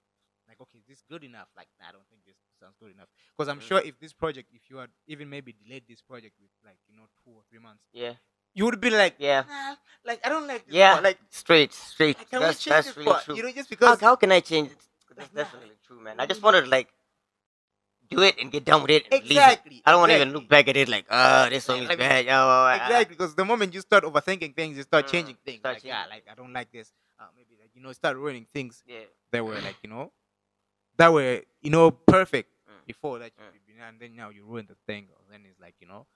like okay is this good enough like nah, i don't think this sounds good enough because i'm
Mm.
sure if this project if you had even maybe delayed this project with like you know two or three months
yeah,
you would be like
yeah,
nah, like i don't like this
Yeah.
part. like
straight, straight.
like, can
that's
we change
that's
this
really
part?
true.
you know just
how,
because
how can I change it? That's
Like, nah.
definitely true, man. I just wanted to like do it and get done with it. And release it.
exactly
I don't want to
exactly.
even look back at it like, oh, this song is
Like,
bad. Yo, oh,
exactly because the moment you start overthinking things you start
Mm,
changing things
start
like yeah
changing
like i don't like this uh, maybe like you know start ruining things
yeah,
that were like you know that were you know perfect
Mm.
before that you
Mm.
should be- and then now you ruin the thing and then it's like you know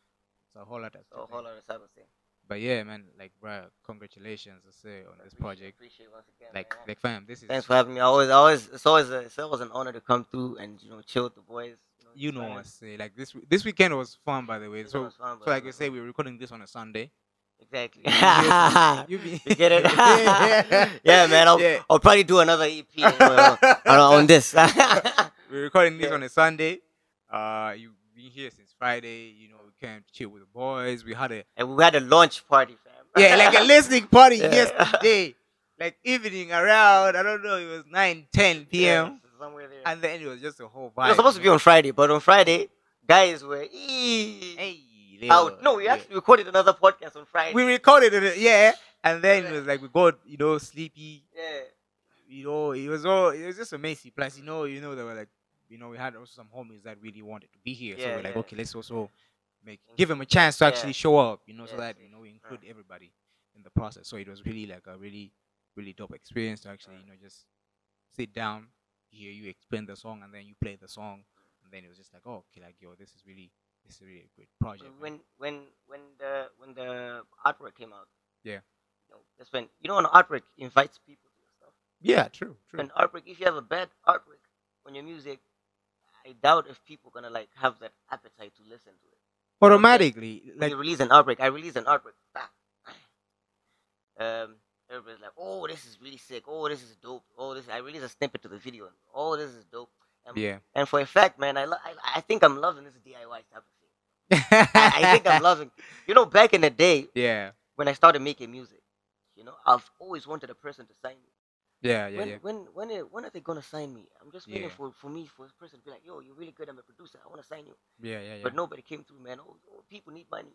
it's a whole lot of
so a whole lot of type of thing.
But yeah, man, like, bro, congratulations, I say, on this project.
Appreciate once again.
Like,
man.
like, fam, this is
Thanks for having me. I always, I always, it's always, a, it's always an honor to come through and you know chill with the boys.
you know
trying
I
to-
say. Like this, w- this weekend was fun, by the way.
it's always
So,
fun,
so
but-
like I say, we're recording this on a Sunday.
exactly.
you be-
you get it?
Yeah.
yeah, man. I'll,
Yeah.
I'll probably do another E EP on, on, on this.
We're recording this
Yeah.
on a Sunday. Uh, you've been here since Friday. You know, we came to chill with the boys. We had a
and we had a launch party, fam.
yeah, like a listening party
Yeah.
yesterday, like evening around. I don't know. It was 9, 10
Yeah,
p.m.
somewhere there.
And then it was just a whole vibe.
it was supposed to be on Friday, but on Friday, guys were e-,
Hey, they
out.
were-
Oh, No, we
yeah.
actually recorded another podcast on Friday.
we recorded it. Yeah, and then it was like we got you know sleepy.
yeah.
you know, it was all it was just a messy. Plus, you know, you know, there were like, you know, we had also some homies that really wanted to be here. so
Yeah,
we're like,
yeah.
okay, let's also make
Include-
give them a chance to actually
yeah.
show up, you know, so
Yeah,
that
so
you know we
it's-
include everybody in the process. So it was really like a really, really dope experience to actually, you know,
Right.
just sit down, hear you explain the song, and then you play the song, and then it was just like, oh, okay, like yo, this is really, this is really a great
So
project. man.
when when when the when the artwork came out.
Yeah.
You know, that's when you know an artwork invites people to your stuff.
yeah, true, true.
An artwork, if you have a bad artwork on your music, I doubt if people gonna like have that appetite to listen to it.
Automatically,
When
like
you release an artwork, I release an artwork. bah. Um, everybody's like, "Oh, this is really sick. Oh, this is dope. Oh, this." I release a snippet to the video. And, oh, this is dope. And,
yeah.
and for a fact, man, I, lo- I I think I'm loving this DIY type of thing. I, I think I'm loving. You know, back in the day,
yeah,
when I started making music, you know, I've always wanted a person to sign me.
yeah, yeah,
when,
yeah.
when, when, are, when are they gonna sign me? I'm just waiting
Yeah.
for, for me for this person to be like, yo, you're really good. I'm a producer. I wanna sign you.
Yeah, yeah, yeah.
But nobody came through, man. Oh, oh, people need money.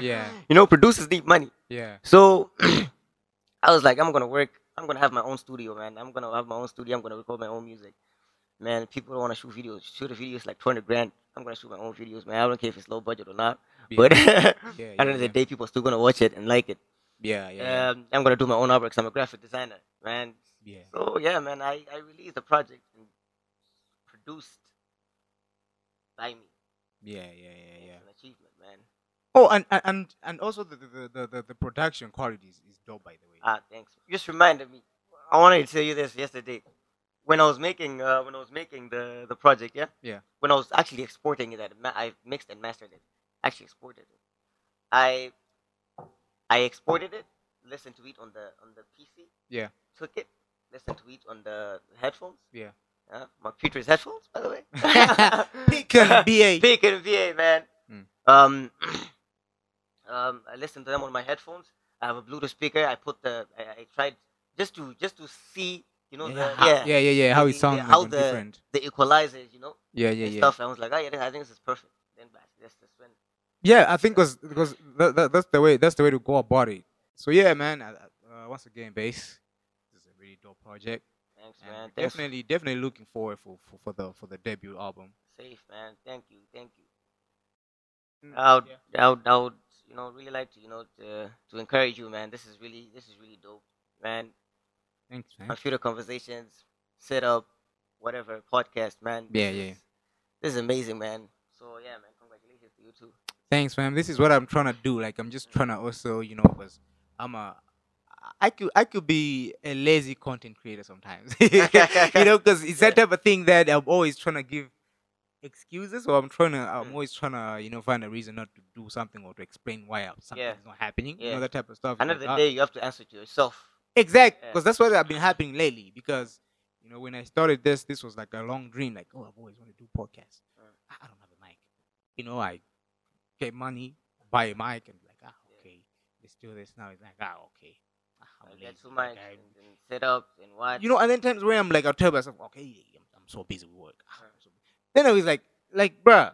Yeah.
You know, producers need money.
yeah.
So I was like, I'm gonna work. I'm gonna have my own studio, man. I'm gonna have my own studio. I'm gonna record my own music. Man, people don't wanna shoot videos. Shoot a video is like 200 grand. I'm gonna shoot my own videos, man. I don't care if it's low budget or not.
Yeah.
But
Yeah,
at the end
yeah,
of
yeah.
the day, people are still gonna watch it and like it.
Yeah, yeah, yeah.
Um, I'm gonna do my own artworks. I'm a graphic designer, man.
yeah.
So yeah, man, I, I released the project and produced by me.
Yeah, yeah, yeah, yeah.
It's an achievement, man.
Oh, and and- and and also the the the, the, the production quality is, is dope, by the way.
Ah, thanks. You just reminded me. I wanted to tell you this yesterday. When I was making, uh, when I was making the the project, yeah.
Yeah.
When I was actually exporting it, I ma- I mixed and mastered it. Actually exported it. I I exported it, listened to it on the on the PC.
Yeah.
Took it, listened to it on the headphones.
Yeah.
Uh, my future's headphones, by the way. Ah.
Pick and BA.
Peak and VA, man.
Mm.
Um, um, I listened to them on my headphones. I have a Bluetooth speaker. I put the. I, I tried just to just to see, you know,
yeah,
the, yeah,
yeah, yeah, yeah. How
the-
it
the-
sounds like
how
on
the-
different.
the equalizers, you know,
Yeah, yeah,
and
yeah.
stuff. I was like, oh yeah, this- I think this is perfect. Then back, that's that's when.
Yeah, I think was because that, that, that's the way that's the way to go about it. So yeah, man. I, I- uh, once again, base. This is a really dope project.
Thanks,
and
man.
we're
Thanks.
definitely, definitely looking forward for, for for the for the debut album.
Safe, man. Thank you, thank you.
Mm,
I would,
yeah.
I would, I would, you know, really like to, you know, to, to encourage you, man. This is really, this is really dope, man.
Thanks, man.
My future conversations, set up, whatever podcast, man.
Yeah,
This
yeah.
is- This is amazing, man. So yeah, man. Congratulations to you too.
Thanks, fam. This is what I'm trying to do. Like, I'm just trying to also, you know, because I'm a, I could, I could be a lazy content creator sometimes. you know, because it's that
Yeah.
type of thing that I'm always trying to give excuses, or I'm trying to, I'm
Mm.
always trying to, you know, find a reason not to do something or to explain why uh, something's not happening. You
Yeah.
know, that type of stuff. It's
Another
like, ah,
day, you have to answer to yourself.
Exactly,
Yeah.
because that's what I've been happening lately. Because you know, when I started this, this was like a long dream. Like, oh, I've always wanted to do podcasts.
Mm.
I I don't have a mic. You know, I get money, buy a mic, and be like, ah,
Yeah.
okay, let's do this now. It's like, ah, okay. Ah, I'm
I get
lazy,
too
like,
much and, and set up and
I-
what.
You know, and then times where I'm like, I'll tell myself, okay, I'm, I'm so busy with work. Ah,
Mm.
I'm so bu- Then I was like, like, bruh,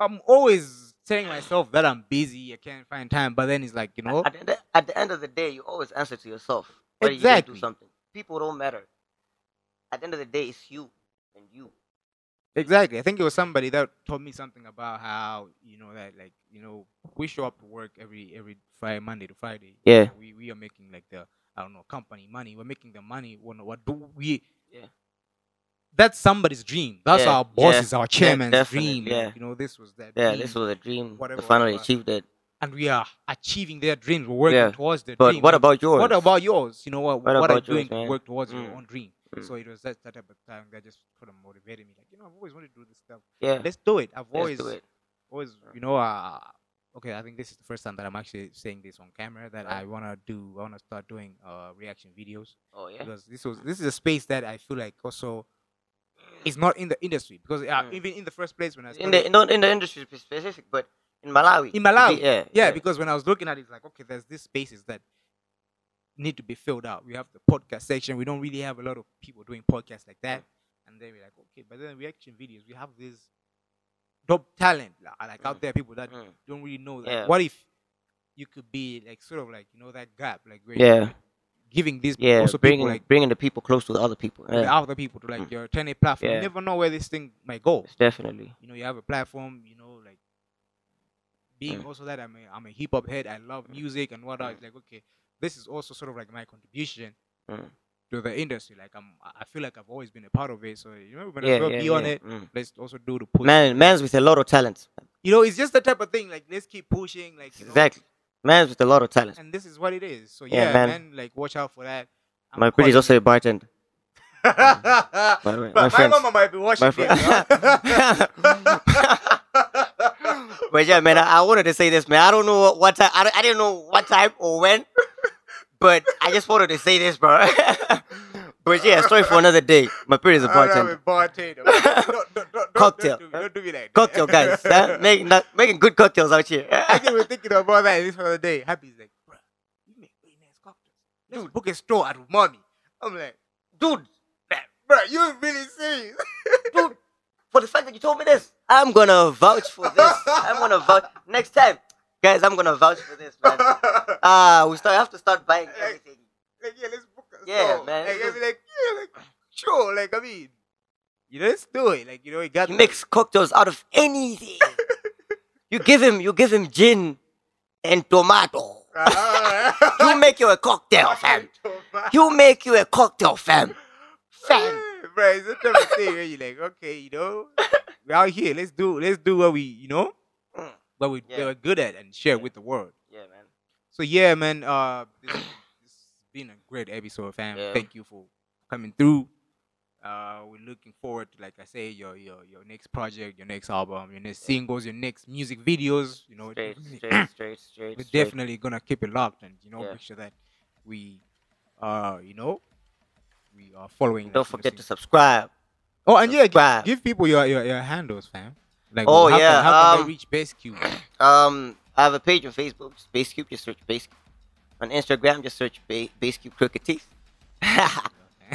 I'm always telling myself that I'm busy. I can't find time. But then it's like, you know,
at, the, end- at the end of the day, you always answer to yourself. Whether You didn't
Exactly.
do something. People don't matter. At the end of the day, it's you and you.
Exactly. I think it was somebody that told me something about how you know that like you know we show up to work every every Friday, Monday to Friday.
Yeah.
We we are making like the I don't know company money. We're making the money. What what do we?
Yeah.
That's somebody's dream. That's
Yeah,
our boss
yeah,
is our chairman's
definitely,
dream.
yeah.
You know this was that.
Yeah,
dream.
this was a dream.
Whatever,
I finally
whatever.
achieved it.
and we are achieving their dreams. We're working
Yeah.
towards their
But
dream.
what about yours?
What about yours? You know what? What,
What
are you
about yours,
doing
man?
to work towards your
Mm.
own dream?
Mm.
So it was that, that type of time that just sort of motivated me. Like, you know, I've always wanted to do this stuff.
Yeah.
Let's do it. I've
Let's
always,
do it.
always, you know, uh, okay. I think this is the first time that I'm actually saying this on camera that
Right.
I wanna do. I wanna start doing uh, reaction videos
Oh yeah.
because this was this is a space that I feel like also is not in the industry because uh,
Mm.
even in the first place when I
In
started,
the not in the industry specific, but in Malawi.
In Malawi.
Yeah.
yeah, because when I was looking at it, it's like, okay, there's these spaces that need to be filled out. We have the podcast section. We don't really have a lot of people doing podcasts like
Mm.
that. And then we're like, okay, but then reaction videos, we have this dope talent like, like
Mm.
out there, people that
Mm.
don't really know that.
Yeah.
What if you could be like sort of like you know that gap, like where you're
Yeah.
giving these
Yeah.
also
bringing
people like
bringing the people close to the other people.
the
Yeah.
other people to like
Mm.
your alternative platform.
Yeah.
You never know where this thing might go
It's definitely.
you know, you have a platform, you know, like being
Mm.
also that I'm a, I'm a hip hop head, I love
Mm.
music and what
Mm.
else. Like, okay, this is also sort of like my contribution
Mm.
to the industry. Like, I'm, I I feel like I've always been a part of it. So, you know, we might
yeah,
as well
yeah,
be on
yeah.
it.
Mm.
Let's also do the push.
Man, man's with a lot of talent.
You know, it's just the type of thing. Like, let's keep pushing. Like, you know,
Exactly. Man's with a lot of talent.
And this is what it is. So
Yeah,
yeah,
man.
man. like watch out for that. I'm
My pretty is also
calling
a bartender.
it.
By the way,
But
my
my
friends.
mama might be watching
My
this.
friend.
huh?
But yeah, man, I, I wanted to say this, man. I don't know what, what time. I, don't- I didn't know what time or when, but I just wanted to say this, bro. but yeah, story for another day. My period is a
I don't have
bartender.
a bartender. Don't- don't- don't- don't-
Cocktail.
Don't do, don't do me like that.
Cocktail guys, huh? making making good cocktails out here.
I think we're thinking about that this other day. Happy's like, bruh, you make really nice cocktails. Let's book a store at mommy. I'm like,
Dude,
bruh, you really serious?
dude, for the fact that you told me this,
I'm gonna vouch for this.
I'm gonna vouch next time, guys. I'm gonna vouch for this, man.
like, yeah,
Ah,
Uh, we still have to start buying
Like-
everything.
let's book a
Yeah,
store.
man,
Like,
this
I'll be like, yeah, like, sure. Like, I mean, you know, let's do it. Like, you know, it got
he makes cocktails out of anything. you give him, you give him gin and tomato. You
Uh,
make you a cocktail, fam. You make you a cocktail, fam. Fam.
Right, it's the type of thing where you're like, okay, you know, we're out here. Let's do let's do what we, you know,
Mm.
what we
Yeah.
are good at and share with the world.
Yeah, man.
So yeah, man, uh, this, this has been a great episode, fam.
Yeah.
Thank you for coming through. Uh, we're looking forward to, like I say, your your your next project, your next album, your next singles, your next music videos. You know,
Straight,
really-
straight, straight, straight.
we're
straight.
definitely gonna keep it locked and you know
Yeah.
make sure that we uh you know we are following
Don't
that, you know,
forget to
sing-
subscribe.
oh and yeah
subscribe.
give, give people your, your your handles fam like
Oh,
how
yeah,
can, how can
um,
they reach base cube
Um, I have a page on Facebook, Space Cube. Just search Base. Cube. On Instagram, just search ba- Base Cube Crooked Teeth.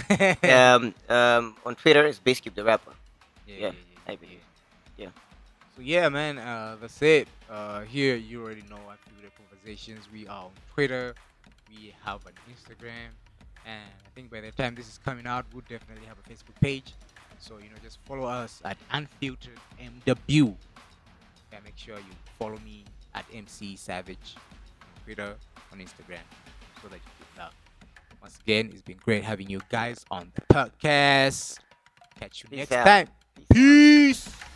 yeah,
um, um, on Twitter, it's Base Cube the rapper. yeah, maybe, yeah.
so yeah man uh that's it uh here you already know I feel the conversations we are on twitter we have an instagram and i think by the time this is coming out we'll definitely have a facebook page so you know just follow us at unfiltered mw and make sure you follow me at mc savage on twitter on instagram so that you keep up once again it's been great having you guys on the podcast catch you
Peace
next
out.
time peace.